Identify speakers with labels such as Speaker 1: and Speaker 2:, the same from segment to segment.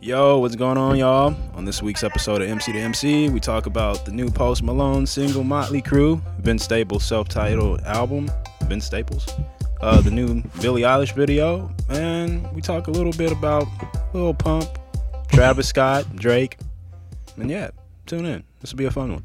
Speaker 1: Yo, what's going on, y'all? On this week's episode of MC to MC, we talk about the new Post Malone single Motley Crue, Ben Staples' self titled album, Ben Staples, uh, the new Billie Eilish video, and we talk a little bit about Lil Pump, Travis Scott, Drake, and yeah, tune in. This will be a fun one.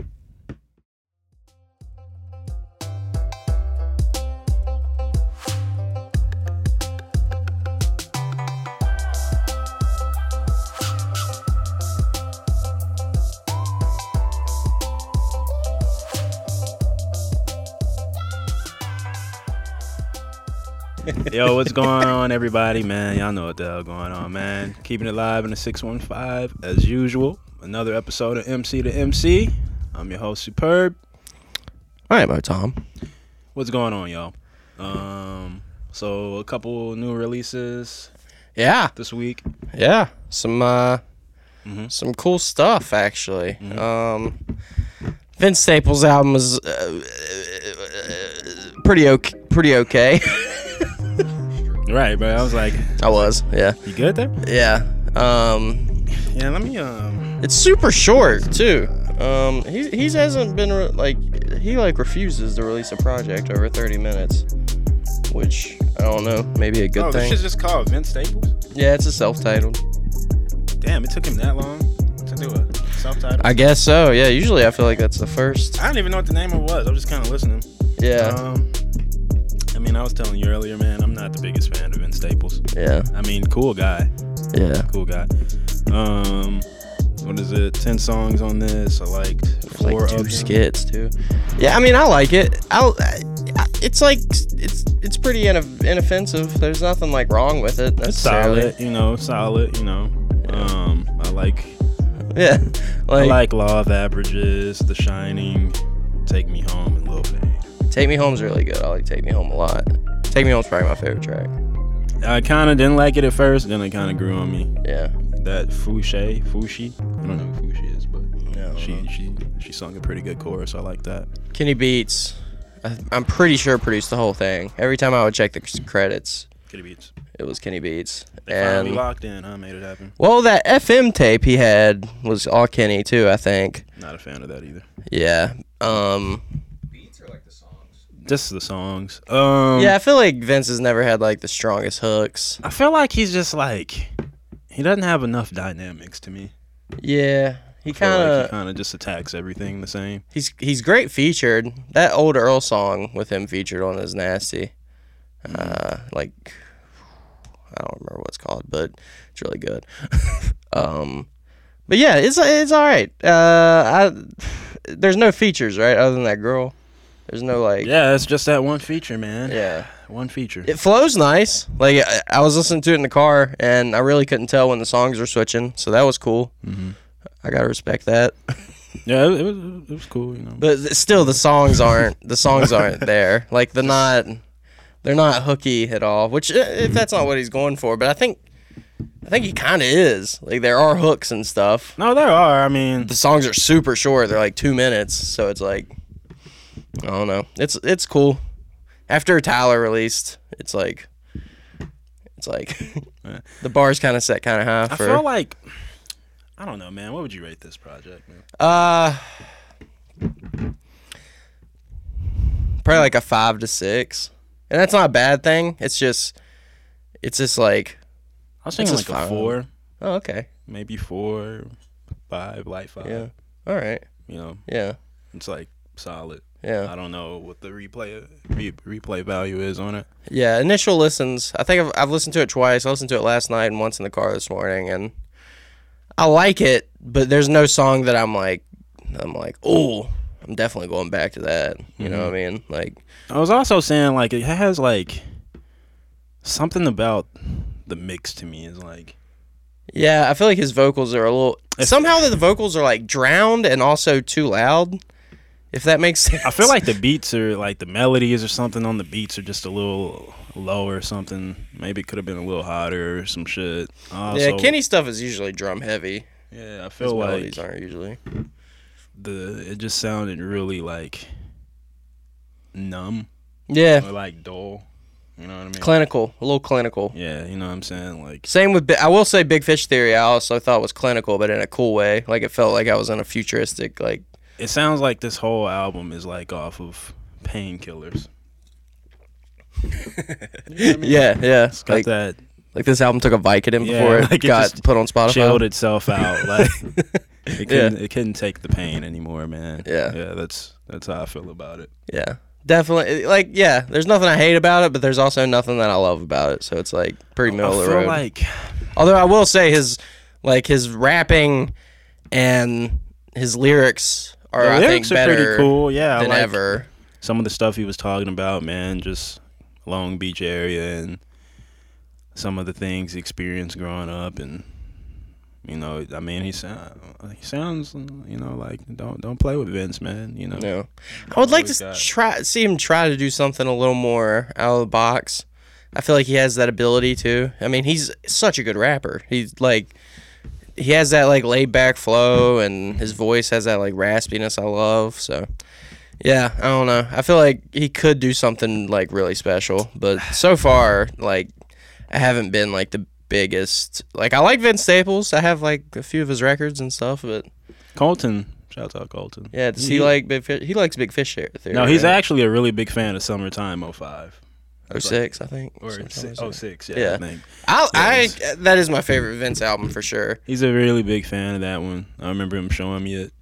Speaker 1: Yo, what's going on, everybody, man? Y'all know what the hell going on, man. Keeping it live in the 615 as usual. Another episode of MC to MC. I'm your host, Superb.
Speaker 2: All right, bro, Tom.
Speaker 1: What's going on, y'all? Um, so a couple new releases
Speaker 2: Yeah,
Speaker 1: this week.
Speaker 2: yeah. Some uh,
Speaker 1: Mhm.
Speaker 2: some cool stuff actually.
Speaker 1: Mm-hmm.
Speaker 2: Um, Vince Staples' album is uh, pretty okay. Pretty okay.
Speaker 1: Right, but I was like,
Speaker 2: I was, yeah,
Speaker 1: you good there?
Speaker 2: yeah. Um,
Speaker 1: Yeah, let me um
Speaker 2: it's super short too. Um, he he hasn't been re- like he like refuses to release a project over 30 minutes, which I don't know, maybe a
Speaker 1: Oh,
Speaker 2: good
Speaker 1: this
Speaker 2: thing.
Speaker 1: shit's just called Vince Staples.
Speaker 2: Yeah, it's a self-titled.
Speaker 1: Damn, it took him that long to do a self-titled. I,
Speaker 2: I guess so. Yeah, usually I feel like that's the first.
Speaker 1: don't even know what the name of it was. I was just kind of listening.
Speaker 2: Yeah.
Speaker 1: Um, I mean, I was telling you earlier, man, I'm not the biggest fan of Vince Staples.
Speaker 2: Yeah,
Speaker 1: I mean, cool guy,
Speaker 2: yeah.
Speaker 1: cool guy. Um, what is it? Ten songs on this. I liked
Speaker 2: Like
Speaker 1: four
Speaker 2: two
Speaker 1: of them.
Speaker 2: skits too. Yeah, I mean, I like it. I'll, I, I- it's like it's it's pretty inoff- inoffensive. There's nothing like wrong with it.
Speaker 1: It's
Speaker 2: necessarily.
Speaker 1: solid, you know, solid, you know. Um, I like,
Speaker 2: Yeah,
Speaker 1: I
Speaker 2: like,
Speaker 1: like Law of Averages, The Shining, Take Me Home, and Lil Baby.
Speaker 2: Take Me Home's really good. I like Take Me Home a lot. Take Me Home's probably my favorite track.
Speaker 1: I kind of didn't like it at first, then it kind of grew on me.
Speaker 2: Yeah.
Speaker 1: That Fouché, Fushi, I don't know who Fushi is, but
Speaker 2: Yeah.
Speaker 1: she she she sung a pretty good chorus. I like that.
Speaker 2: Kenny Beats. I, I'm pretty sure produced the whole thing. Every time I would check the c- credits,
Speaker 1: Kitty Beats.
Speaker 2: it was Kenny Beats.
Speaker 1: Finally
Speaker 2: And
Speaker 1: locked in. I made it happen.
Speaker 2: well, that FM tape he had was all Kenny too. I think.
Speaker 1: Not a fan of that either.
Speaker 2: Yeah. Um.
Speaker 1: Just the songs. Um,
Speaker 2: Yeah, I feel like Vince has never had like the strongest hooks.
Speaker 1: I feel like he's just like he doesn't have enough dynamics to me.
Speaker 2: Yeah, he
Speaker 1: I feel
Speaker 2: kind
Speaker 1: like he
Speaker 2: of
Speaker 1: kind of just attacks everything the same.
Speaker 2: he's he's great featured. That old Earl song with him featured on is nasty. Uh, like I don't remember what it's called, but it's really good. um, but yeah, it's it's all right. Uh, I there's no features right other than that girl. There's no like
Speaker 1: Yeah, it's just that one feature, man.
Speaker 2: yeah.
Speaker 1: One feature.
Speaker 2: It flows nice. Like I, I was listening to it in the car, and I really couldn't tell when the songs were switching, so that was cool. I gotta respect that.
Speaker 1: Yeah, it, it was it was cool, you know.
Speaker 2: But th- still, the songs aren't the songs aren't there. Like they're not they're not hooky at all. Which eh, if that's not what he's going for, but I think I think he kind of is. Like there are hooks and stuff.
Speaker 1: no, there are. I mean,
Speaker 2: The songs are super short. They're like two minutes, so it's like I don't know. It's it's cool. After Tyler released, it's like it's like the bar's kind of set kind of high
Speaker 1: I
Speaker 2: for.
Speaker 1: feel like I don't know, man. What would you rate this project? Man?
Speaker 2: Uh, probably like a five to six, and that's not a bad thing. It's just, it's just like,
Speaker 1: I was thinking
Speaker 2: This
Speaker 1: like
Speaker 2: is
Speaker 1: a
Speaker 2: fine.
Speaker 1: four,
Speaker 2: oh, okay,
Speaker 1: maybe four, five, like five.
Speaker 2: yeah, all right,
Speaker 1: You know,
Speaker 2: yeah,
Speaker 1: it's like solid. I
Speaker 2: yeah,
Speaker 1: don't know what the replay re- replay value is on it.
Speaker 2: yeah. Initial listens, I think I've, I've listened to it twice. I listened to it last night and once in the car this morning, and I like it, but there's no song that I'm like, I'm like, oh, I'm definitely going back to that. You know what I
Speaker 1: Mm-hmm.
Speaker 2: mean? Like,
Speaker 1: I was also saying like it has like something about the mix to me is like
Speaker 2: Yeah, I feel like his vocals are a little somehow that the vocals are like drowned and also too loud. If that makes sense.
Speaker 1: I feel like the beats are like the melodies or something on the beats are just a little lower or something. Maybe it could have been a little hotter or some shit.
Speaker 2: yeah,
Speaker 1: Also,
Speaker 2: Kenny stuff is usually drum heavy.
Speaker 1: Yeah, I feel
Speaker 2: His
Speaker 1: like
Speaker 2: melodies aren't usually.
Speaker 1: the it just sounded really like numb
Speaker 2: Yeah,
Speaker 1: or like dull. You know what I mean?
Speaker 2: clinical, a little clinical.
Speaker 1: yeah, you know what I'm saying? Like,
Speaker 2: Same with Bi- I will say Big Fish Theory. I also thought was clinical, but in a cool way. Like it felt like I was in a futuristic like
Speaker 1: it sounds like this whole album is like off of painkillers.
Speaker 2: yeah yeah
Speaker 1: It's got
Speaker 2: like
Speaker 1: that
Speaker 2: like this album took a Vicodin
Speaker 1: Yeah,
Speaker 2: before it
Speaker 1: like it
Speaker 2: got
Speaker 1: just
Speaker 2: put on Spotify.
Speaker 1: chilled itself out. Like, it
Speaker 2: Yeah.
Speaker 1: couldn't, it couldn't take the pain anymore, man.
Speaker 2: Yeah.
Speaker 1: yeah, that's that's how I feel about it.
Speaker 2: Yeah, definitely. Like yeah, there's nothing I hate about it, but there's also nothing that I love about it. So it's like pretty middle
Speaker 1: I
Speaker 2: of the
Speaker 1: feel
Speaker 2: road.
Speaker 1: like
Speaker 2: Although I will say his like his rapping and his lyrics are
Speaker 1: the
Speaker 2: I
Speaker 1: lyrics
Speaker 2: think
Speaker 1: are
Speaker 2: better
Speaker 1: pretty cool. Yeah, I
Speaker 2: than
Speaker 1: like
Speaker 2: ever.
Speaker 1: some of the stuff he was talking about, man, just Long Beach area and some of the things he experienced growing up, and you know, I mean, he sound he sounds, you know, like don't don't play with Vince, man. You know,
Speaker 2: Yeah. I would like to
Speaker 1: Always got-
Speaker 2: s- try see him try to do something a little more out of the box. I feel like he has that ability too. I mean, he's such a good rapper. He's like he has that like laid back flow and his voice has that like raspiness I love. So yeah, I don't know. I feel like he could do something like really special, but so far like I haven't been like the biggest. Like I like Vince Staples. I have like a few of his records and stuff, but
Speaker 1: Colton, shout out Colton.
Speaker 2: yeah, does he like big fish? He likes Big Fish Theory.
Speaker 1: No, he's
Speaker 2: right?
Speaker 1: actually a really big fan of Summertime 05.
Speaker 2: Oh six, I think.
Speaker 1: Or
Speaker 2: Something
Speaker 1: si- oh,
Speaker 2: like that.
Speaker 1: 06, yeah,
Speaker 2: oh Yeah.
Speaker 1: I think.
Speaker 2: I,
Speaker 1: Yes.
Speaker 2: I that is my favorite Vince album for sure.
Speaker 1: He's a really big fan of that one. I remember him showing me it.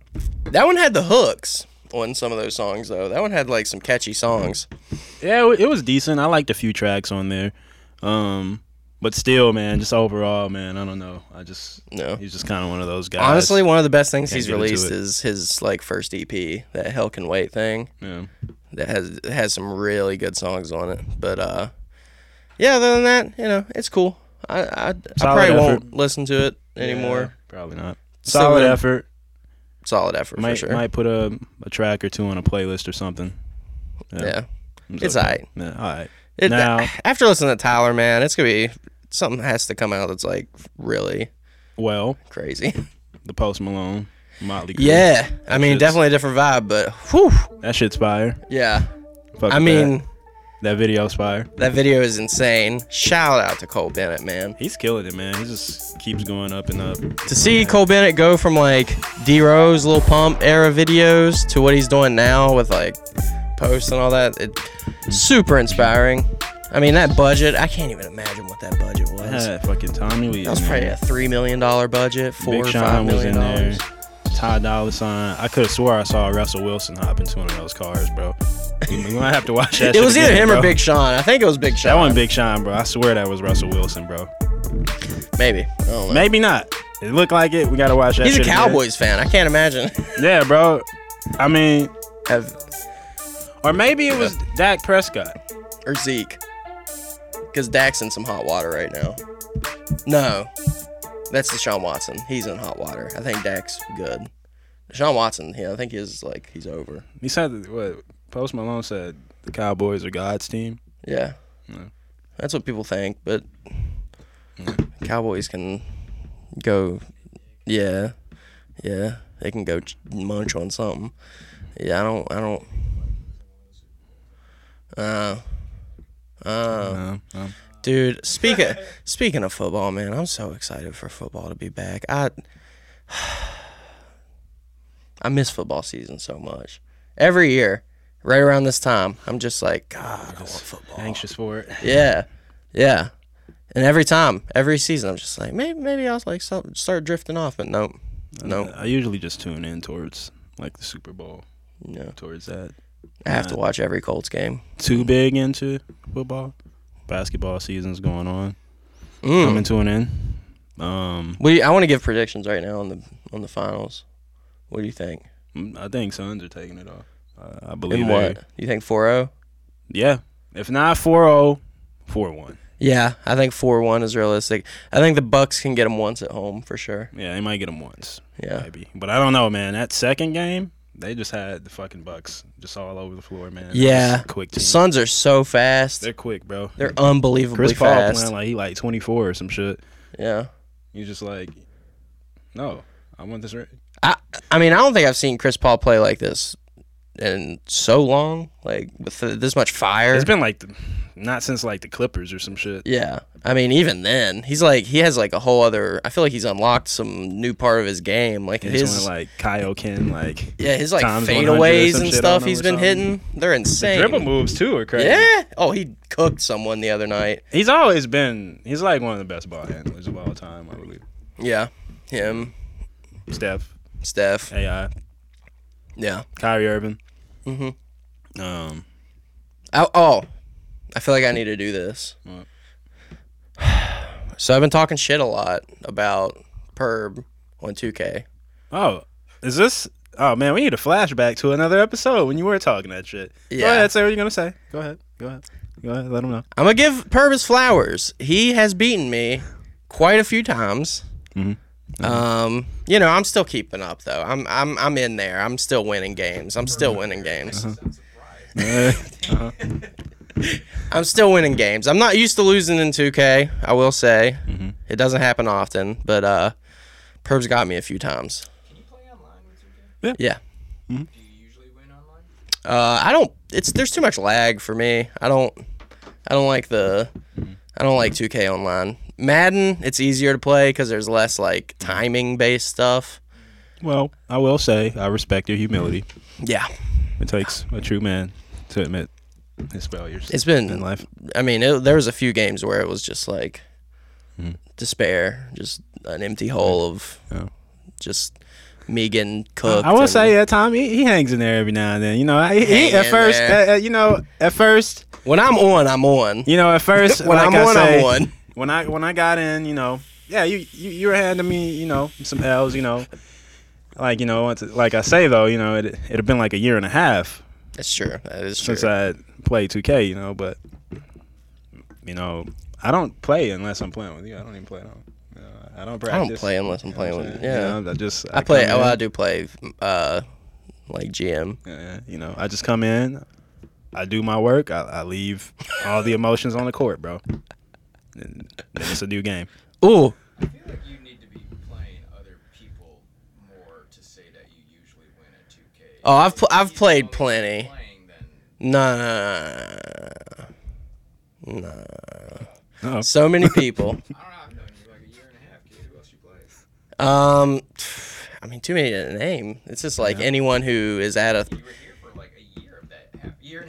Speaker 2: That one had the hooks on some of those songs though. That one had like some catchy songs.
Speaker 1: Yeah, it wa- it was decent. I liked a few tracks on there. Um, but still, man, just overall, man, I don't know. I just,
Speaker 2: No.
Speaker 1: he's just kind of one of those guys.
Speaker 2: Honestly, one of the best things
Speaker 1: Can't
Speaker 2: he's
Speaker 1: get into
Speaker 2: released
Speaker 1: it.
Speaker 2: is his like first EP, that Hell Can Wait thing.
Speaker 1: yeah.
Speaker 2: That has it has some really good songs on it. But uh yeah, other than that, you know, it's cool. I I, I probably
Speaker 1: effort.
Speaker 2: won't listen to it anymore.
Speaker 1: Yeah, probably not.
Speaker 2: Still
Speaker 1: Solid
Speaker 2: gonna-
Speaker 1: effort.
Speaker 2: Solid effort
Speaker 1: Might
Speaker 2: for sure.
Speaker 1: might put a, a track or two on a playlist or something.
Speaker 2: yeah.
Speaker 1: I'm
Speaker 2: It's
Speaker 1: so-
Speaker 2: alright.
Speaker 1: Yeah, all right.
Speaker 2: It,
Speaker 1: Now-
Speaker 2: after listening to Tyler, man, it's gonna be something has to come out that's like really
Speaker 1: Well,
Speaker 2: crazy.
Speaker 1: the Post Malone, Motley. Crue.
Speaker 2: Yeah, I mean,
Speaker 1: shit's-
Speaker 2: definitely a different vibe, but whew,
Speaker 1: that shit's fire.
Speaker 2: yeah.
Speaker 1: Fuck
Speaker 2: I
Speaker 1: with
Speaker 2: mean,
Speaker 1: that, that video's fire.
Speaker 2: that video is insane. Shout out to Cole Bennett, man.
Speaker 1: He's killing it, man. He just keeps going up and up.
Speaker 2: To see Cole Bennett go from like D Rose, Lil Pump era videos to what he's doing now with like posts and all that, it super inspiring. I mean, that budget, I can't even imagine what that budget was.
Speaker 1: Yeah, fucking Tommy Lee.
Speaker 2: That was probably a three million dollar budget, four
Speaker 1: Big
Speaker 2: or five
Speaker 1: Sean was in
Speaker 2: million
Speaker 1: there.
Speaker 2: dollars.
Speaker 1: Ty Dolla Sign. I could have swore I saw Russell Wilson hop into one of those cars, bro. You might have to watch that.
Speaker 2: It
Speaker 1: shit
Speaker 2: was either
Speaker 1: again,
Speaker 2: him or
Speaker 1: bro.
Speaker 2: Big Sean. I think it was Big Sean.
Speaker 1: That one, Big Sean, bro. I swear that was Russell Wilson, bro.
Speaker 2: maybe. I don't know.
Speaker 1: Maybe not. It looked like it. We gotta watch Oh, that.
Speaker 2: He's a
Speaker 1: shit again.
Speaker 2: Cowboys fan. I can't imagine.
Speaker 1: Yeah, bro. I mean,
Speaker 2: Have
Speaker 1: or maybe it was Dak Prescott.
Speaker 2: or Zeke. Because Dak's in some hot water right now. No. That's Deshaun Watson. He's in hot water. I think Dak's good. Deshaun Watson, yeah, I think he's like he's over.
Speaker 1: He said that- what? Post Malone said the Cowboys are God's team.
Speaker 2: Yeah.
Speaker 1: No.
Speaker 2: That's what people think, but Cowboys can go yeah. Yeah. They can go ch- munch on something. Yeah, I don't I don't uh uh
Speaker 1: Um, um,
Speaker 2: Dude, speaking speaking of football, man, I'm so excited for football to be back. I I miss football season so much. Every year, right around this time, I'm just like, God, I want football.
Speaker 1: anxious for it.
Speaker 2: Yeah, yeah. And every time, every season, I'm just like, maybe maybe I'll like start, start drifting off, but nope, nope,
Speaker 1: I usually just tune in towards like the Super Bowl,
Speaker 2: no.
Speaker 1: towards that.
Speaker 2: I have to watch every Colts game.
Speaker 1: Too big into football. Basketball season's going on.
Speaker 2: Mm.
Speaker 1: Coming to an end. Um,
Speaker 2: What do you, I want to give predictions right now on the on the finals. What do you think?
Speaker 1: I think Suns are taking it off. I I believe.
Speaker 2: In
Speaker 1: they-
Speaker 2: what? You think 4-0?
Speaker 1: Yeah. If not oh, 4-0, 4-1.
Speaker 2: Yeah, I think four one is realistic. I think the Bucks can get them once at home for sure.
Speaker 1: Yeah, they might get them once.
Speaker 2: Yeah,
Speaker 1: maybe. But I don't know, man. That second game, they just had the fucking Bucks just all over the floor, man. That was
Speaker 2: Yeah.
Speaker 1: a Quick
Speaker 2: the
Speaker 1: team.
Speaker 2: Suns are so fast.
Speaker 1: They're
Speaker 2: They're,
Speaker 1: quick, bro.
Speaker 2: unbelievably
Speaker 1: Chris Paul
Speaker 2: fast.
Speaker 1: playing like he like 24 or some shit.
Speaker 2: yeah,
Speaker 1: You just like, no, I want this. Right.
Speaker 2: I I mean I don't think I've seen Chris Paul play like this in so long, like with th- this much fire.
Speaker 1: It's been like the, not since like the Clippers or some shit.
Speaker 2: yeah, I mean, even then, he's like he has like a whole other. I feel like he's unlocked some new part of his game. Like
Speaker 1: He's
Speaker 2: his
Speaker 1: doing like Kaioken, like
Speaker 2: yeah, his like
Speaker 1: times 100 or
Speaker 2: fadeaways
Speaker 1: some
Speaker 2: and
Speaker 1: shit
Speaker 2: stuff
Speaker 1: on him
Speaker 2: he's
Speaker 1: or
Speaker 2: been
Speaker 1: something.
Speaker 2: hitting. They're insane.
Speaker 1: dribble moves too are crazy.
Speaker 2: Yeah. Oh, he cooked someone the other night.
Speaker 1: He's always been. He's like one of the best ball handlers of all time. I believe.
Speaker 2: Yeah. Him,
Speaker 1: Steph,
Speaker 2: Steph.
Speaker 1: AI,
Speaker 2: Yeah.
Speaker 1: Kyrie Irving.
Speaker 2: Mhm.
Speaker 1: Um,
Speaker 2: Oh, oh, I feel like I need to do this.
Speaker 1: What?
Speaker 2: So I've been talking shit a lot about Perb on 2K.
Speaker 1: oh, is this? Oh man, we need a flashback to another episode when you were talking that shit. Go
Speaker 2: Yeah.
Speaker 1: ahead, say what you're gonna say. Go ahead. Go ahead. Go ahead. Let him know.
Speaker 2: I'm gonna give Perb his flowers. He has beaten me quite a few times.
Speaker 1: Mhm.
Speaker 2: Um, you know, I'm still keeping up though. I'm I'm I'm in there. I'm still winning games. I'm still winning games.
Speaker 1: Uh, uh-huh.
Speaker 2: I'm still winning games. I'm not used to losing in 2K. I will say it doesn't happen often, but uh, Perb's got me a few times.
Speaker 3: Can you play online with 2K?
Speaker 2: Yeah.
Speaker 3: Do you usually win online?
Speaker 2: Uh, I don't. It's there's too much lag for me. I don't. I don't like the. I don't like 2K online. Madden, it's easier to play because there's less like timing based stuff.
Speaker 1: Well, I will say I respect your humility.
Speaker 2: Yeah,
Speaker 1: It takes a true man to admit his failures
Speaker 2: it's
Speaker 1: in
Speaker 2: been.
Speaker 1: life.
Speaker 2: I mean, it, there was a few games where it was just like
Speaker 1: Mhm.
Speaker 2: despair, just an empty hole of
Speaker 1: Yeah.
Speaker 2: just me getting cooked.
Speaker 1: I will
Speaker 2: and-
Speaker 1: say at time he, he hangs in there every now and then. You know, he, he,
Speaker 2: Hang
Speaker 1: at
Speaker 2: in
Speaker 1: first,
Speaker 2: there.
Speaker 1: uh, uh, you know, at first,
Speaker 2: when I'm on, I'm on.
Speaker 1: you know, at first,
Speaker 2: when
Speaker 1: like
Speaker 2: I'm
Speaker 1: I
Speaker 2: on,
Speaker 1: say,
Speaker 2: I'm on.
Speaker 1: when I when I got in, you know, yeah, you you, you were handing me, you know, some L's, you know, like you know, once, like I say though, you know, it it had been like a year and a half
Speaker 2: That's true. That is true.
Speaker 1: since I had played 2K, you know, but you know, I don't play unless I'm playing with you. I don't even play at home. You know, I don't
Speaker 2: I
Speaker 1: practice.
Speaker 2: don't play unless I'm playing with. Yeah.
Speaker 1: You know, I just
Speaker 2: I play.
Speaker 1: come
Speaker 2: Oh,
Speaker 1: in.
Speaker 2: I do play. Uh, like GM.
Speaker 1: Yeah, you know, I just come in, I do my work, I, I leave all the emotions on the court, bro. And then it's a new game.
Speaker 2: Ooh,
Speaker 3: I feel like you need to be playing other people more to say that you usually win at 2K.
Speaker 2: Oh, I've
Speaker 3: If
Speaker 2: pl- I've
Speaker 3: you
Speaker 2: played
Speaker 3: always
Speaker 2: plenty.
Speaker 3: Playing, then
Speaker 2: nah, nah.
Speaker 1: Uh-oh.
Speaker 2: So many people.
Speaker 3: I don't know. I've known you like a year and a half, kid. Who else you play?
Speaker 2: um, I mean, too many to name. It's just like anyone who is at a.
Speaker 3: You were here for like a year of that half year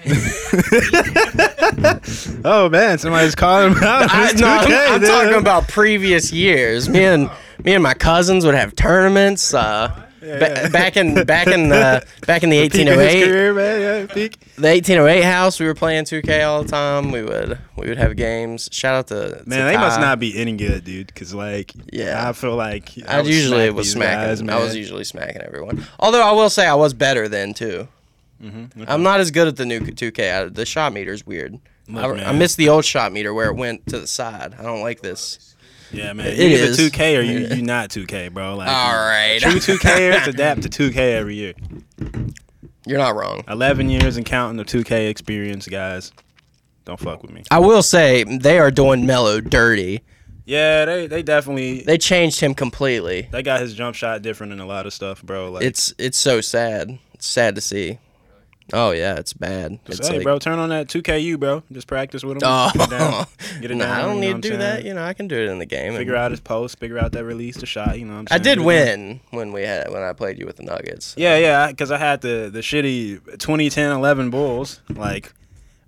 Speaker 3: and a half.
Speaker 1: Oh man, somebody's calling him out.
Speaker 2: I,
Speaker 1: It's
Speaker 2: no, I'm,
Speaker 1: 2K,
Speaker 2: I'm
Speaker 1: dude.
Speaker 2: talking about previous years. Me and me and my cousins would have tournaments. Uh, ba-
Speaker 1: Yeah.
Speaker 2: back in back in the back in the
Speaker 1: peak of his
Speaker 2: 1808
Speaker 1: career, man. Yeah, peak.
Speaker 2: the 1808 house. We were playing 2K all the time. We would we would have games. Shout out to to
Speaker 1: Man, they must
Speaker 2: Ty.
Speaker 1: not be any good, dude. Cause like,
Speaker 2: Yeah.
Speaker 1: I feel like
Speaker 2: I,
Speaker 1: would
Speaker 2: usually
Speaker 1: smack
Speaker 2: was
Speaker 1: these
Speaker 2: smacking.
Speaker 1: guys,
Speaker 2: I was
Speaker 1: man.
Speaker 2: usually smacking everyone. Although I will say I was better then too.
Speaker 1: Mm-hmm.
Speaker 2: I'm not as good at the new 2K. I, the shot meter's weird.
Speaker 1: Look,
Speaker 2: I, I
Speaker 1: man.
Speaker 2: miss the old shot meter where it went to the side. I don't like this.
Speaker 1: Yeah, man.
Speaker 2: It
Speaker 1: You
Speaker 2: is.
Speaker 1: either 2K or you you not 2K, bro. Like,
Speaker 2: All right.
Speaker 1: True 2Kers adapt to 2K every year.
Speaker 2: You're not wrong.
Speaker 1: 11 years and counting of 2K experience, guys. Don't fuck with me.
Speaker 2: I will say they are doing Mello dirty.
Speaker 1: Yeah, they they definitely
Speaker 2: They changed him completely.
Speaker 1: they got his jump shot different in a lot of stuff, bro. Like,
Speaker 2: It's it's so sad. It's sad to see. Oh yeah, it's bad.
Speaker 1: just,
Speaker 2: It's
Speaker 1: hey,
Speaker 2: like,
Speaker 1: bro, turn on that 2KU, bro. Just practice with him.
Speaker 2: Oh,
Speaker 1: Get it down. Get it
Speaker 2: Nah,
Speaker 1: down,
Speaker 2: I
Speaker 1: you know
Speaker 2: don't
Speaker 1: what
Speaker 2: need
Speaker 1: I'm
Speaker 2: to do
Speaker 1: saying?
Speaker 2: that. You know, I can do it in the game. and-
Speaker 1: Figure out his post. Figure out that release, the shot. You know, what I'm
Speaker 2: I
Speaker 1: saying?
Speaker 2: did
Speaker 1: Get it down.
Speaker 2: win when we had when I played you with the Nuggets.
Speaker 1: Yeah, yeah, because I had the the shitty 2010-11 Bulls. Like,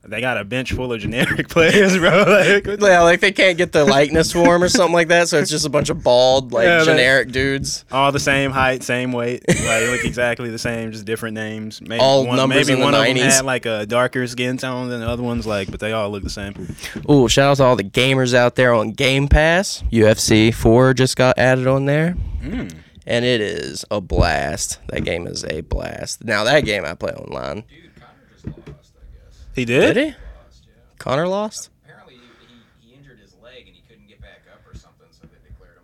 Speaker 1: they got a bench full of generic players, bro. Like, what the-
Speaker 2: Yeah, like they can't get the likeness for him or something like that, so it's just a bunch of bald, like
Speaker 1: Yeah, they-
Speaker 2: generic dudes.
Speaker 1: all the same height, same weight. Like, look exactly the same, just different names. Maybe
Speaker 2: All
Speaker 1: one,
Speaker 2: numbers
Speaker 1: maybe
Speaker 2: in the
Speaker 1: one of them
Speaker 2: 90s.
Speaker 1: had like a darker skin tone than the other ones, like, but they all look the same.
Speaker 2: Ooh, shout out to all the gamers out there on Game Pass. UFC 4 just got added on there,
Speaker 1: Hmm.
Speaker 2: and it is a blast. That game is a blast. Now that game I play online.
Speaker 3: Dude, Connor just lost, I guess.
Speaker 1: He did?
Speaker 2: Did he?
Speaker 3: Lost, yeah.
Speaker 2: Connor lost.
Speaker 3: Apparently, he, he, he injured his leg and he couldn't get back up or something, so they declared him.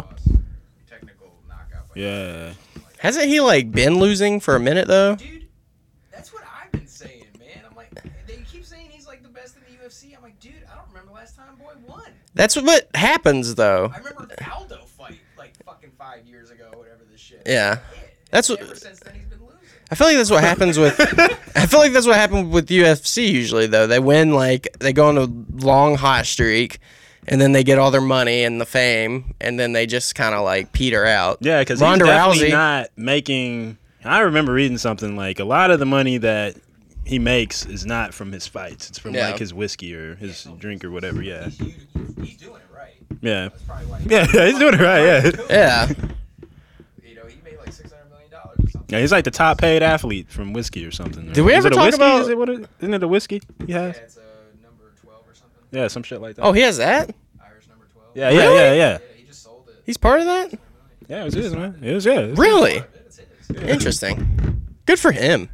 Speaker 1: TKO?
Speaker 3: lost. Technical knockout. by
Speaker 1: Yeah.
Speaker 2: Hasn't he like been losing for a minute though?
Speaker 3: dude, that's what I've been saying, man. I'm like, they keep saying he's like the best in the UFC. I'm like, dude, I don't remember last time boy won.
Speaker 2: That's what happens though.
Speaker 3: I remember the Aldo fight like fucking five years ago, whatever this shit.
Speaker 2: Yeah.
Speaker 3: That's
Speaker 2: That's
Speaker 3: it.
Speaker 2: what-
Speaker 3: Ever since then, he's been losing.
Speaker 2: I feel like that's what happens with. I feel like that's what happened with UFC usually though. They win like they go on a long hot streak, and then they get all their money and the fame, and then they just kind of like peter out.
Speaker 1: Yeah, because he's
Speaker 2: Ronda
Speaker 1: definitely
Speaker 2: Rousey.
Speaker 1: not making. I remember reading something like a lot of the money that he makes is not from his fights. It's from
Speaker 2: Yeah.
Speaker 1: like his whiskey or his drink or whatever. Yeah,
Speaker 3: He's, he's, he's doing it right.
Speaker 1: yeah,
Speaker 3: That's probably why.
Speaker 1: yeah. yeah he's doing it right. Yeah.
Speaker 2: yeah,
Speaker 3: You know, he made like six hundred million dollars or something.
Speaker 1: Yeah, he's like the top paid athlete from whiskey or something.
Speaker 2: Did we
Speaker 1: Is
Speaker 2: ever
Speaker 1: it a
Speaker 2: talk
Speaker 1: whiskey?
Speaker 2: about-
Speaker 1: Is it, what it, isn't it a whiskey he
Speaker 3: Yeah,
Speaker 1: has?
Speaker 3: it's a number twelve or something.
Speaker 1: Yeah, some shit like that.
Speaker 2: Oh, he has that.
Speaker 3: Irish number twelve.
Speaker 1: yeah, yeah,
Speaker 2: Really?
Speaker 1: yeah, yeah.
Speaker 3: Yeah, he just sold it.
Speaker 2: He's part of that.
Speaker 1: Yeah, it was his man. It was yeah. it was-
Speaker 2: Really
Speaker 3: It's his. Dude,
Speaker 2: interesting. Good for him.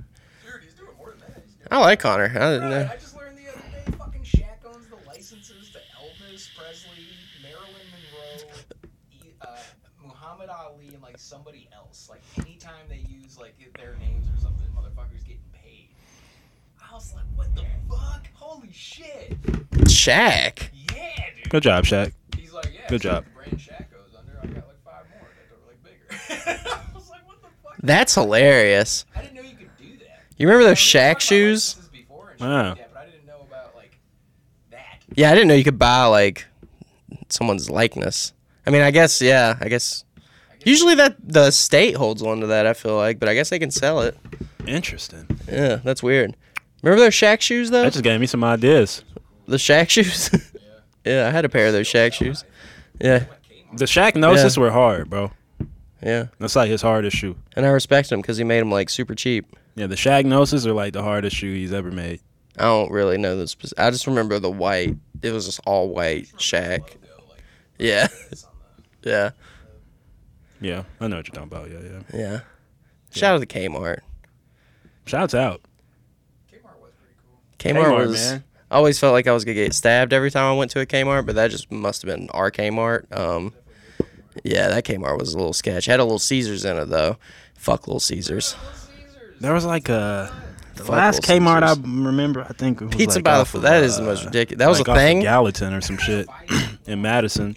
Speaker 3: he's doing more than that. He's doing
Speaker 2: I like Connor. I uh, don't know.
Speaker 3: I just learned the other day, fucking Shaq owns the licenses to Elvis Presley, Marilyn Monroe, E- uh, Muhammad Ali, and like somebody else. Like anytime they use like their names or something, motherfuckers getting paid. I was like, what the fuck? Holy shit!
Speaker 2: Shaq.
Speaker 3: Yeah, dude.
Speaker 1: Good job, Shaq.
Speaker 3: He's like, yeah.
Speaker 1: Good
Speaker 3: so
Speaker 1: job.
Speaker 3: the Brand Shaq goes under. I got like five more that are like bigger. I was like, what the fuck?
Speaker 2: That's hilarious.
Speaker 3: I didn't know you could do that.
Speaker 2: You remember
Speaker 3: I
Speaker 2: those
Speaker 3: mean, we
Speaker 2: Shaq
Speaker 3: talked about
Speaker 2: shoes?
Speaker 3: licenses Before and shit
Speaker 1: Wow.
Speaker 3: like that, but I didn't know about like that.
Speaker 2: Yeah, I didn't know you could buy like someone's likeness. I mean, I guess yeah, I guess. Usually that the state holds on to that. I feel like, but I guess they can sell it.
Speaker 1: Interesting.
Speaker 2: Yeah, that's weird. Remember those Shaq shoes though?
Speaker 1: That just gave me some ideas.
Speaker 2: the Shaq shoes. yeah, I had a pair of those Shaq shoes. Yeah,
Speaker 1: The Shaq gnosis
Speaker 2: Yeah.
Speaker 1: were hard, bro.
Speaker 2: yeah,
Speaker 1: That's like his hardest shoe.
Speaker 2: and I respect him because he made them like super cheap.
Speaker 1: Yeah, the Shaq gnosis are like the hardest shoe he's ever made.
Speaker 2: I don't really know the. Speci- I just remember the white. It was just all white Shaq. Yeah, yeah,
Speaker 1: Yeah, I know what you're talking about. Yeah, yeah.
Speaker 2: yeah. Shout out to Kmart.
Speaker 1: Shouts out.
Speaker 3: Kmart was pretty cool.
Speaker 2: Kmart,
Speaker 1: Kmart,
Speaker 2: was.
Speaker 1: man.
Speaker 2: I always felt like I was gonna get stabbed every time I went to a Kmart, but that just must have been our Kmart. Um, yeah, that Kmart was a little sketch. Had a little Caesars in it though. Fuck little Caesars.
Speaker 1: There was like uh, a the
Speaker 2: Fuck
Speaker 1: last
Speaker 2: Little
Speaker 1: Kmart I
Speaker 2: Caesars.
Speaker 1: remember. I think it was
Speaker 2: Pizza
Speaker 1: like
Speaker 2: by the
Speaker 1: off
Speaker 2: foot.
Speaker 1: of,
Speaker 2: That is the most
Speaker 1: uh,
Speaker 2: ridiculous. That was
Speaker 1: like
Speaker 2: a
Speaker 1: off of
Speaker 2: thing.
Speaker 1: Gallatin or some shit
Speaker 3: Five feet
Speaker 1: in Madison.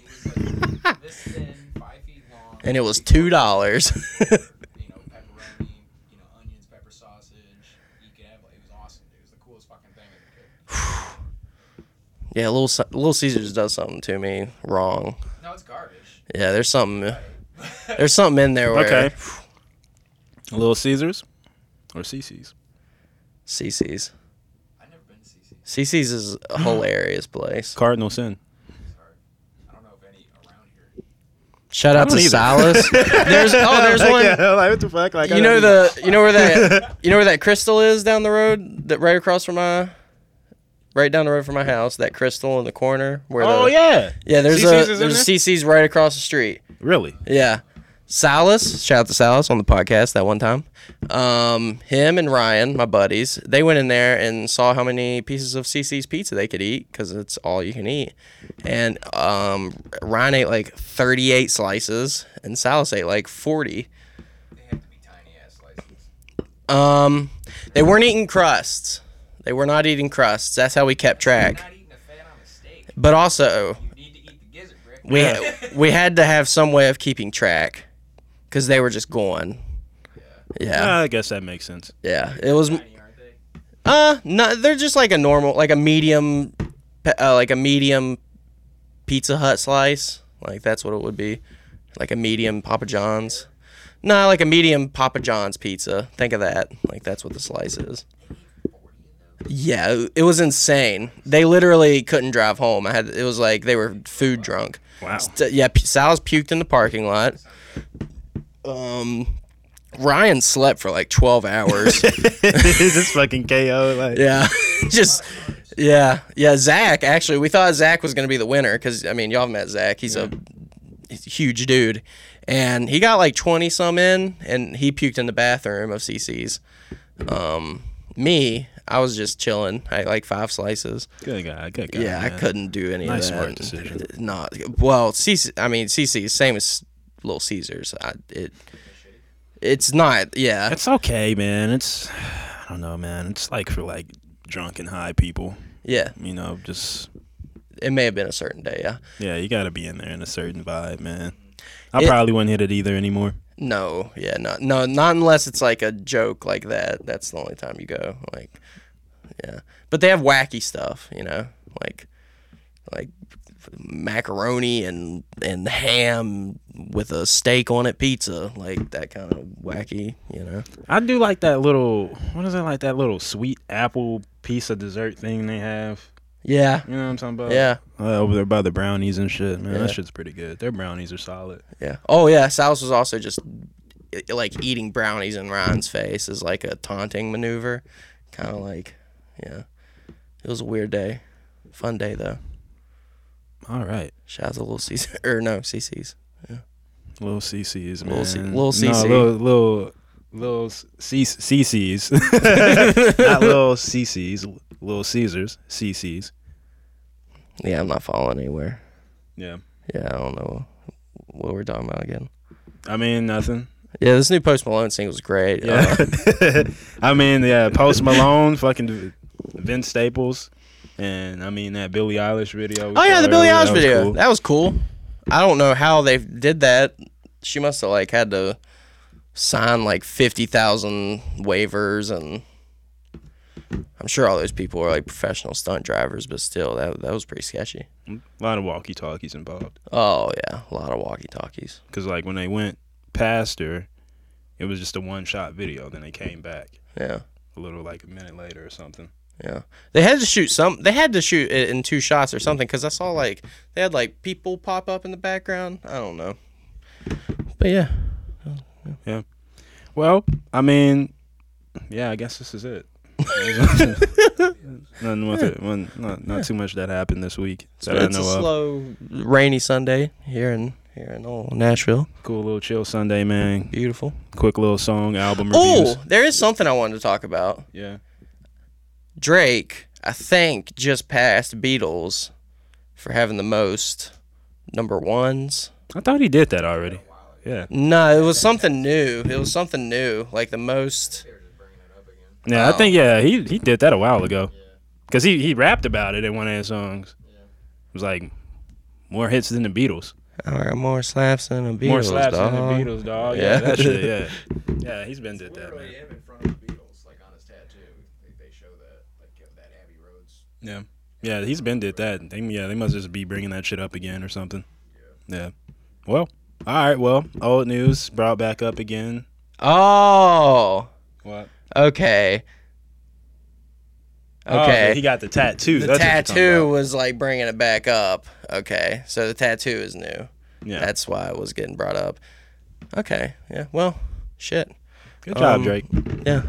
Speaker 3: long. It was like this thin, five feet long.
Speaker 2: and it was two dollars.
Speaker 3: You know, pepperoni, you know, onions, pepper sausage. You could have, it was awesome. dude. It was the coolest fucking thing. as a kid.
Speaker 2: yeah, little Ce- little Caesars does something to me wrong.
Speaker 3: No, it's garbage.
Speaker 2: Yeah, there's something. There's something in there where
Speaker 1: Okay. Little Caesars or CC's.
Speaker 2: CC's.
Speaker 3: I've never been to CC's.
Speaker 2: CC's is a hilarious place.
Speaker 1: Cardinal Sin.
Speaker 3: It's hard. I don't know if any around here.
Speaker 2: Shout out
Speaker 1: don't
Speaker 2: to
Speaker 1: either.
Speaker 2: Silas. There's oh, there's
Speaker 1: Like,
Speaker 2: one.
Speaker 1: yeah, like, what the fuck? Like, I
Speaker 2: you know
Speaker 1: don't-
Speaker 2: the you know where that you know where that crystal is down the road that right across from my right down the road from my house that crystal in the corner where
Speaker 1: Oh
Speaker 2: the,
Speaker 1: yeah.
Speaker 2: yeah there's
Speaker 1: CC's
Speaker 2: a
Speaker 1: is in
Speaker 2: there's a
Speaker 1: there?
Speaker 2: CC's right across the street
Speaker 1: Really?
Speaker 2: yeah Silas shout out to Silas on the podcast that one time um him and Ryan my buddies they went in there and saw how many pieces of CC's pizza they could eat because it's all you can eat and um Ryan ate like 38 slices and Silas ate like 40
Speaker 3: They have to be tiny ass slices.
Speaker 2: Um, they weren't eating crusts. They were not eating crusts. That's how we kept
Speaker 3: You're
Speaker 2: track.
Speaker 3: not eating a fat on a steak.
Speaker 2: But also,
Speaker 3: You need to eat the gizzard, Rick.
Speaker 2: we we had to have some way of keeping track because they were just gone. Yeah,
Speaker 1: Yeah, I guess that makes sense.
Speaker 2: yeah. It was
Speaker 3: tiny, aren't they?
Speaker 2: uh, no, they're just like a normal, like a medium, pe- uh, like a medium Pizza Hut slice. Like that's what it would be, like a medium Papa John's. No, like a medium Papa John's pizza. Think of that. Like that's what the slice is. Yeah, it was insane. They literally couldn't drive home. I had it was like they were food drunk.
Speaker 1: Wow.
Speaker 2: St- yeah, P- Sal's puked in the parking lot. Um, Ryan slept for like twelve
Speaker 1: Is
Speaker 2: hours.
Speaker 1: this fucking KO? Like,
Speaker 2: Yeah. Just yeah. Yeah, Zach actually we thought Zach was going to be the winner cuz I mean, y'all have met Zach. He's a he's a huge dude. And he got like 20 some in and he puked in the bathroom of CC's. Um me, I was just chilling. I ate like five slices.
Speaker 1: Good guy. Good guy.
Speaker 2: yeah, I
Speaker 1: man.
Speaker 2: couldn't do any
Speaker 1: Nice
Speaker 2: of that.
Speaker 1: smart decision.
Speaker 2: Not well, CC I mean, CC's same as Little Caesars. I, it it's not. Yeah.
Speaker 1: It's okay, man. It's I don't know, man. It's like for like drunk and high people.
Speaker 2: Yeah.
Speaker 1: You know, just
Speaker 2: It may have been a certain day, yeah.
Speaker 1: yeah, you gotta be in there in a certain vibe, man. I
Speaker 2: It-
Speaker 1: probably wouldn't hit it either anymore.
Speaker 2: No, yeah, not no, not unless it's like a joke like that. That's the only time you go. Like, yeah, but they have wacky stuff, you know, like like macaroni and and ham with a steak on it, pizza, like that kind of wacky, you know.
Speaker 1: I do like that little what is it like that little sweet apple piece of dessert thing they have.
Speaker 2: Yeah,
Speaker 1: You know what I'm talking about?
Speaker 2: yeah,
Speaker 1: Uh, over there by the brownies and shit, man.
Speaker 2: Yeah.
Speaker 1: That shit's pretty good. Their brownies are solid.
Speaker 2: yeah. Oh yeah, Sal's was also just i- like eating brownies in Ron's face is like a taunting maneuver, kind of like, yeah. It was a weird day, fun day though.
Speaker 1: All right.
Speaker 2: Shouts a little CC or no CC's.
Speaker 1: Little CC's, man.
Speaker 2: Lil C- Lil CC.
Speaker 1: No, little, little, little C- CC's. Not little CC's. Little Caesars. CC's.
Speaker 2: Yeah, I'm not falling anywhere.
Speaker 1: Yeah.
Speaker 2: Yeah, I don't know what we're talking about again.
Speaker 1: I mean, nothing.
Speaker 2: Yeah, this new Post Malone single is great.
Speaker 1: Yeah.
Speaker 2: Uh,
Speaker 1: I mean, yeah, Post Malone, fucking Vince Staples. And I mean, that Billie Eilish video. we
Speaker 2: oh yeah,
Speaker 1: saw
Speaker 2: the Billie
Speaker 1: earlier, that
Speaker 2: Eilish
Speaker 1: was
Speaker 2: video.
Speaker 1: cool.
Speaker 2: That was cool. I don't know how they did that. She must have like had to sign like fifty thousand waivers, and I'm sure all those people are like professional stunt drivers, but still, that that was pretty sketchy.
Speaker 1: A lot of walkie talkies involved.
Speaker 2: Oh yeah, a lot of walkie talkies.
Speaker 1: Because, like, when they went past her, it was just a one shot video. Then they came back
Speaker 2: Yeah.
Speaker 1: a little, like, a minute later or something.
Speaker 2: Yeah, they had to shoot some. They had to shoot it in two shots or something because I saw like they had like people pop up in the background. I don't know, but yeah,
Speaker 1: Well, I mean, yeah, I guess this is it. Nothing with it. One, not, not too much that happened this week that I
Speaker 2: it's a
Speaker 1: know of.
Speaker 2: slow, rainy Sunday here in here in old Nashville.
Speaker 1: Cool little chill Sunday, man.
Speaker 2: Beautiful.
Speaker 1: Quick little song, album reviews.
Speaker 2: Oh, there is something I wanted to talk about.
Speaker 1: Yeah.
Speaker 2: Drake, I think, just passed Beatles for having the most number ones.
Speaker 1: I thought he did that already. Yeah.
Speaker 2: No, it was something new. It was something new, like the most.
Speaker 1: Yeah, I
Speaker 2: Oh.
Speaker 1: think, yeah, he, he did that a while ago. Because he, he rapped about it in one of his songs. It was like, more hits than the Beatles.
Speaker 2: Or more slaps than a Beatles.
Speaker 1: more slaps
Speaker 2: dog.
Speaker 1: than the Beatles, dog. Yeah,
Speaker 2: Yeah.
Speaker 1: that shit, yeah. Yeah, he's been did that,
Speaker 3: Literally
Speaker 1: man.
Speaker 3: him in front of the Beatles, like on his tattoo. Like they show that, like that Abbey Roads.
Speaker 1: Yeah, he's been did that. They, yeah, they must just be bringing that shit up again or something. Yeah. Well, all right. Well, old news brought back up again.
Speaker 2: Oh,
Speaker 1: What?
Speaker 2: okay.
Speaker 1: Oh, he
Speaker 2: Okay.
Speaker 1: got the tattoo.
Speaker 2: the
Speaker 1: That's what you're talking
Speaker 2: tattoo
Speaker 1: about.
Speaker 2: was like bringing it back up. Okay. So the tattoo is new.
Speaker 1: Yeah.
Speaker 2: That's why it was getting brought up. Okay. Yeah. Well, shit.
Speaker 1: Good job,
Speaker 2: um,
Speaker 1: Drake.
Speaker 2: Yeah.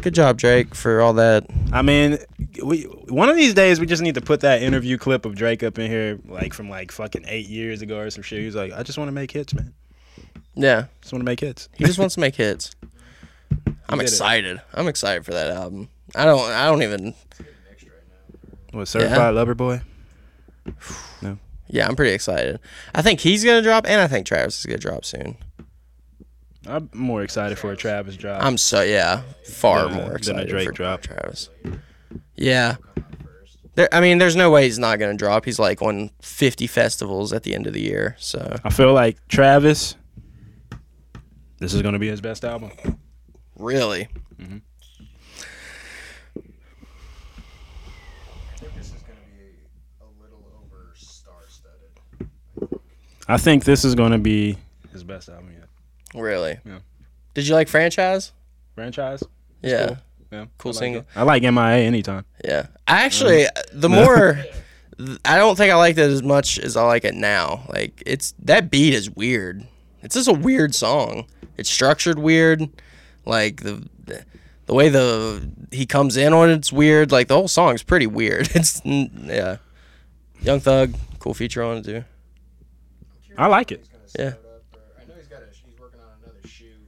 Speaker 2: Good job, Drake, for all that.
Speaker 1: I mean, we one of these days we just need to put that interview clip of Drake up in here, like from like fucking eight years ago or some shit. He was like, I just want to make hits, man.
Speaker 2: Yeah.
Speaker 1: Just want to make hits.
Speaker 2: He just wants to make hits. I'm
Speaker 1: did it.
Speaker 2: excited. I'm excited for that album. I don't I don't even
Speaker 1: What certified lover boy?
Speaker 2: yeah, I'm pretty excited. I think he's gonna drop and I think Travis is gonna drop soon.
Speaker 1: I'm more excited for a Travis drop.
Speaker 2: I'm so yeah, far
Speaker 1: Than a- than
Speaker 2: more
Speaker 1: a
Speaker 2: excited
Speaker 1: Drake
Speaker 2: for
Speaker 1: drop.
Speaker 2: Travis. Yeah, there. I mean, there's no way he's not gonna drop. He's like on 50 festivals at the end of the year. So
Speaker 1: I feel like Travis. This is gonna be his best album.
Speaker 2: really,
Speaker 3: I think this is gonna be a little over star-studded.
Speaker 1: I think this is gonna be his best album yet.
Speaker 2: really.
Speaker 1: Yeah.
Speaker 2: Did you like franchise?
Speaker 1: Franchise.
Speaker 2: yeah,
Speaker 1: cool. Yeah.
Speaker 2: Cool
Speaker 1: I like
Speaker 2: single.
Speaker 1: it. I like MIA anytime.
Speaker 2: yeah. I actually,
Speaker 1: Mm.
Speaker 2: the more. th- I don't think I liked it as much as I like it now. Like it's that beat is weird. It's just a weird song. It's structured weird. Like the the way the he comes in on it's weird. Like the whole song's pretty weird. It's n- yeah. Young Thug, cool feature on it too.
Speaker 1: I like it.
Speaker 3: He's gonna
Speaker 2: Yeah.
Speaker 3: start up, or- I know he's got a. He's working on another shoe.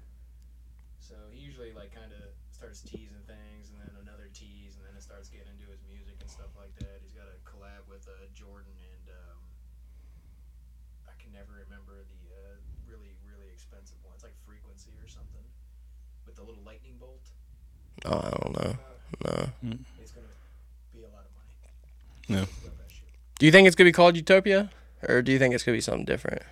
Speaker 3: So he usually like kind of starts teasing things, and then another tease, and then it starts getting into his music and stuff like that. He's got a collab with uh, Jordan and um, I can never remember the uh, really really expensive one. It's like Frequency or something with the little lightning bolt.
Speaker 2: Oh, I don't know. No.
Speaker 3: It's gonna be a lot of money.
Speaker 1: Yeah.
Speaker 3: Love that shit.
Speaker 2: Do you think it's gonna be called Utopia, or do you think it's gonna be something different?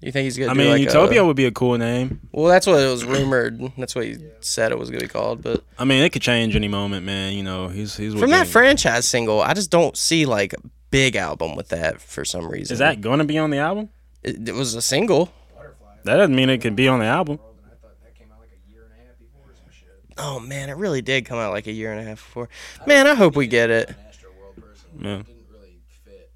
Speaker 2: You think he's gonna?
Speaker 1: I
Speaker 2: do
Speaker 1: mean,
Speaker 2: like uh,
Speaker 1: Utopia
Speaker 2: a-
Speaker 1: would be a cool name.
Speaker 2: well, that's what it was rumored. That's what he said it was gonna be called. But
Speaker 1: I mean, it could change any moment, man. You know, he's he's
Speaker 2: from that
Speaker 1: within-
Speaker 2: franchise single, I just don't see like a big album with that for some reason.
Speaker 1: Is that gonna be on the album?
Speaker 2: It, it was a single.
Speaker 3: Butterfly.
Speaker 1: That doesn't mean it could be on the album.
Speaker 3: World, and I thought that came out like a year and a half before or some shit.
Speaker 2: Oh man, it really did come out like a year and a half before. Man, I hope we get it.
Speaker 3: An Astro World person
Speaker 1: Yeah.
Speaker 3: didn't really fit.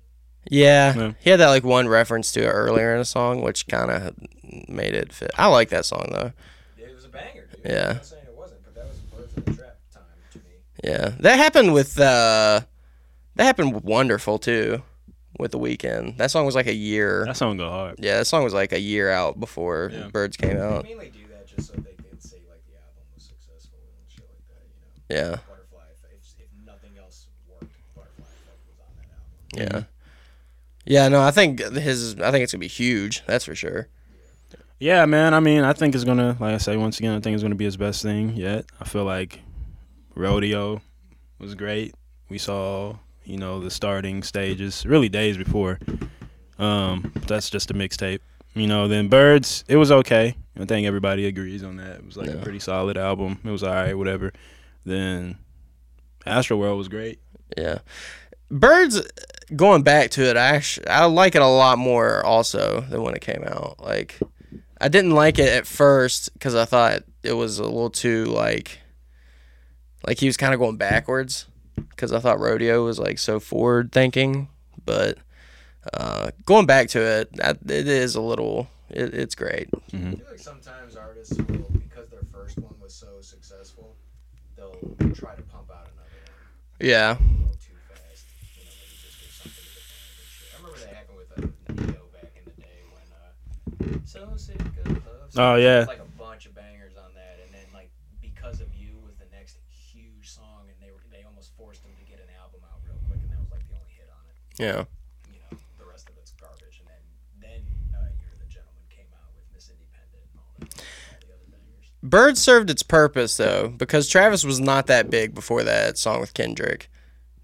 Speaker 2: Yeah,
Speaker 1: Yeah.
Speaker 2: he had that like one reference to it earlier in a song, which kind of made it fit. I like that song though.
Speaker 3: It was a banger, dude.
Speaker 2: Yeah.
Speaker 3: I'm not saying it wasn't, but that was Birds of the Trap time to me.
Speaker 2: Yeah, that happened with uh, that happened with wonderful too, with the weekend. That song was like a year.
Speaker 1: That song go hard.
Speaker 2: yeah, that song was like a year out before
Speaker 1: Yeah.
Speaker 2: Birds came out.
Speaker 3: They mainly do that just so they can say like the album was successful and shit like that, you know.
Speaker 2: Yeah,
Speaker 3: Butterfly Effect, if, if nothing else worked, Butterfly Effect was on that album.
Speaker 2: yeah, Mm-hmm. yeah. No, I think his. I think it's gonna be huge. That's for sure.
Speaker 1: Yeah, man. I mean, I think it's gonna, like I say once again, I think it's gonna be his best thing yet. I feel like rodeo was great. We saw, you know, the starting stages, really days before. Um, that's just a mixtape, you know. Then birds, it was okay. I think everybody agrees on that. It was like a
Speaker 2: Yeah.
Speaker 1: pretty solid album. It was alright, whatever. Then Astro World was great.
Speaker 2: Yeah, Birds. Going back to it, I actually I like it a lot more also than when it came out. Like, I didn't like it at first because I thought it was a little too like, like he was kind of going backwards because I thought rodeo was like so forward thinking. But uh, going back to it, I, it is a little. It, it's great.
Speaker 3: I feel like sometimes artists will, because their first one was so successful, they'll try to pump out another one
Speaker 2: Yeah,
Speaker 3: a little too fast. You know, maybe just give something to the fans and shit. I remember that happened with uh, Neo back in the day when uh, So Sick of Love.
Speaker 1: Oh, yeah.
Speaker 3: Like a bunch of bangers on that, and then like Because of You was the next huge song, and they were they almost forced them to get an album out real quick, and that was like the only hit on it.
Speaker 2: yeah,
Speaker 3: You know, the rest of it's garbage, and then then uh, You're the Gentleman came out with Miss Independent and all that, all the other bangers.
Speaker 2: Birds served its purpose though, because Travis was not that big before that song with Kendrick.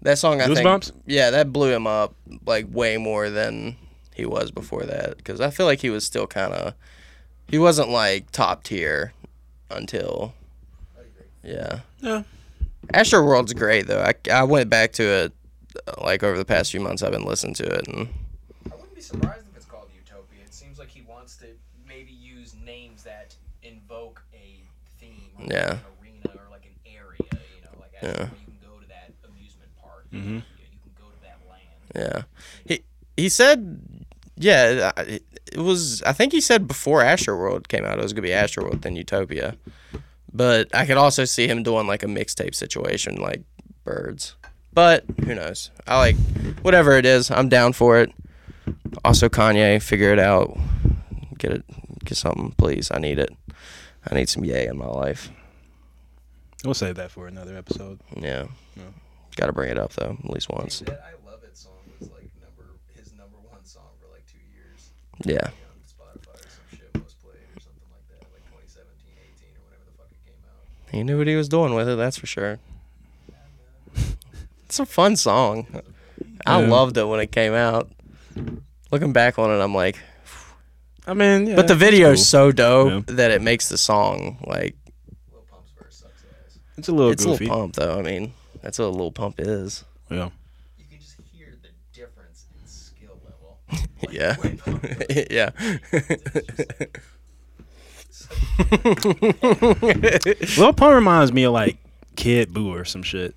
Speaker 2: That song, I
Speaker 1: Goosebumps?
Speaker 2: think, yeah, that blew him up like way more than he was before that. Because I feel like he was still kind of, he wasn't like top tier until, yeah.
Speaker 1: Yeah.
Speaker 2: Astro World's great though. I, I went back to it like over the past few months. I've been listening to it and
Speaker 3: I wouldn't be surprised if it's called Utopia. It seems like he wants to maybe use names that invoke a theme, or
Speaker 2: Yeah.
Speaker 3: like an arena, or like an area. You know, like actually
Speaker 2: Yeah.
Speaker 3: where you can go to that amusement park.
Speaker 1: Mhm.
Speaker 3: You, you can go to that land.
Speaker 2: yeah, he he said. Yeah, I- it was. I think he said before Astroworld came out, it was gonna be Astroworld then Utopia. But I could also see him doing like a mixtape situation, like Birds. But who knows? I like whatever it is. I'm down for it. Also, Kanye, figure it out. Get it. Get something, please. I need it. I need some yay in my life.
Speaker 1: We'll save that for another episode.
Speaker 2: Yeah.
Speaker 1: Yeah.
Speaker 2: Got to bring it up though, at least once.
Speaker 3: That I love it song was like number his number one song for like two years
Speaker 2: Yeah.
Speaker 3: on Spotify or some shit, most played or something like that, like 2017, 18 or whatever the fuck it came out.
Speaker 2: He knew what he was doing with it, that's for sure. It's a fun song. I
Speaker 1: Yeah.
Speaker 2: loved it when it came out. Looking back on it, I'm like,
Speaker 1: I mean, yeah,
Speaker 2: but the
Speaker 1: it's
Speaker 2: video
Speaker 1: cool.
Speaker 2: is so dope that it makes the song like
Speaker 3: Lil Pump's verse sucks ass.
Speaker 1: it's a little
Speaker 2: it's a
Speaker 1: goofy.
Speaker 2: little pump though. I mean, that's what a little pump is.
Speaker 1: yeah.
Speaker 3: You can just hear the difference in skill level.
Speaker 2: Yeah,
Speaker 3: when Pump goes
Speaker 2: yeah.
Speaker 1: Lil Pump reminds me of like Kid Boo or some shit.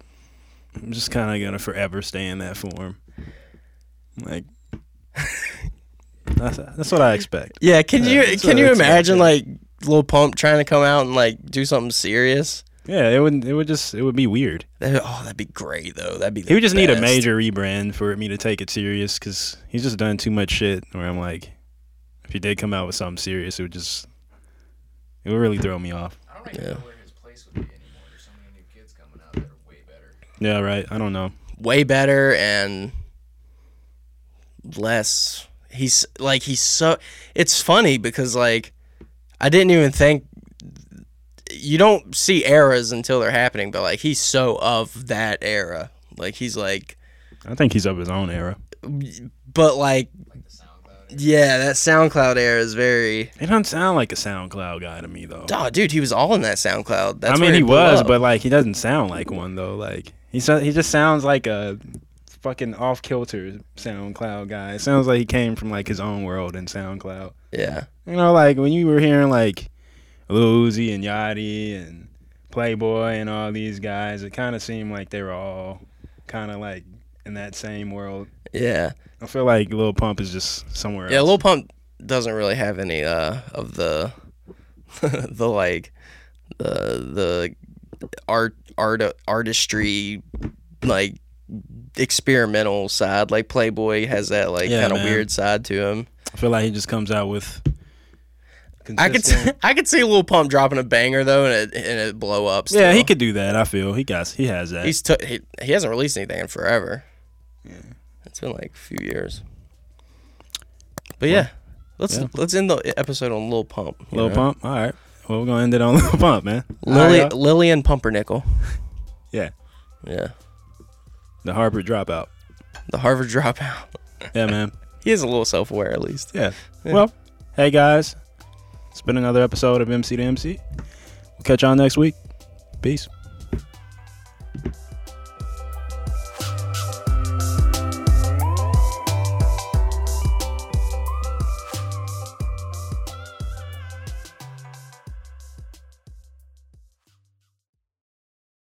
Speaker 1: I'm just kind of gonna forever stay in that form. Like that's that's what I expect.
Speaker 2: yeah, can
Speaker 1: Yeah,
Speaker 2: you
Speaker 1: that's what
Speaker 2: can
Speaker 1: I
Speaker 2: you
Speaker 1: expected.
Speaker 2: imagine like Lil Pump trying to come out and like do something serious?
Speaker 1: Yeah, it would it would just it would be weird.
Speaker 2: That- oh, that'd be great though. That'd be.
Speaker 1: He would just need a
Speaker 2: best.
Speaker 1: major rebrand for me to take it serious because he's just done too much shit. Where I'm like, if he did come out with something serious, it would just it would really throw me off.
Speaker 3: I don't even
Speaker 2: Yeah.
Speaker 3: know where his place would be anymore. There's so many new kids coming out that are way better.
Speaker 1: Yeah, right. I don't know.
Speaker 2: way better and less he's like he's so it's funny because like i didn't even think you don't see eras until they're happening but like he's so of that era like he's like
Speaker 1: I think he's of his own era.
Speaker 2: but like
Speaker 3: Like the SoundCloud
Speaker 2: Yeah, that SoundCloud era is very.
Speaker 1: It doesn't sound like a SoundCloud guy to me though.
Speaker 2: Oh, dude, he was all in that SoundCloud. That's
Speaker 1: I
Speaker 2: where
Speaker 1: mean, he
Speaker 2: blew
Speaker 1: was,
Speaker 2: up.
Speaker 1: but like he doesn't sound like one though. Like he so, he just sounds like a fucking off kilter SoundCloud guy. It sounds like he came from like his own world in SoundCloud.
Speaker 2: yeah,
Speaker 1: You know, like when you were hearing like Lil Uzi and Yachty and Playboy and all these guys, it kind of seemed like they were all kind of like in that same world.
Speaker 2: yeah,
Speaker 1: I feel like Lil Pump is just somewhere
Speaker 2: yeah.
Speaker 1: else.
Speaker 2: Lil Pump doesn't really have any uh of the the like the the art art artistry like experimental side. Like Playboy has that like
Speaker 1: Yeah,
Speaker 2: kind of
Speaker 1: man.
Speaker 2: weird side to him.
Speaker 1: I feel like he just comes out with.
Speaker 2: I could
Speaker 1: consistent-
Speaker 2: see, I could see Lil Pump dropping a banger though, and it and it blow up. Still.
Speaker 1: Yeah, he could do that. I feel he got he has that.
Speaker 2: He's took he, he hasn't released anything in forever. Yeah, it's been like a few years. But yeah, let's
Speaker 1: yeah.
Speaker 2: let's end the episode on Lil Pump. you
Speaker 1: Lil
Speaker 2: know?
Speaker 1: Pump. All right. Well, we're gonna end it on Lil Pump, man.
Speaker 2: Lily
Speaker 1: All right, y'all.
Speaker 2: Lillian Pumpernickel.
Speaker 1: Yeah,
Speaker 2: Yeah,
Speaker 1: the Harvard dropout.
Speaker 2: the Harvard dropout.
Speaker 1: Yeah, man.
Speaker 2: He is a little self aware at least.
Speaker 1: Yeah. Well, hey guys, it's been another episode of MC to MC. We'll catch y'all next week. Peace.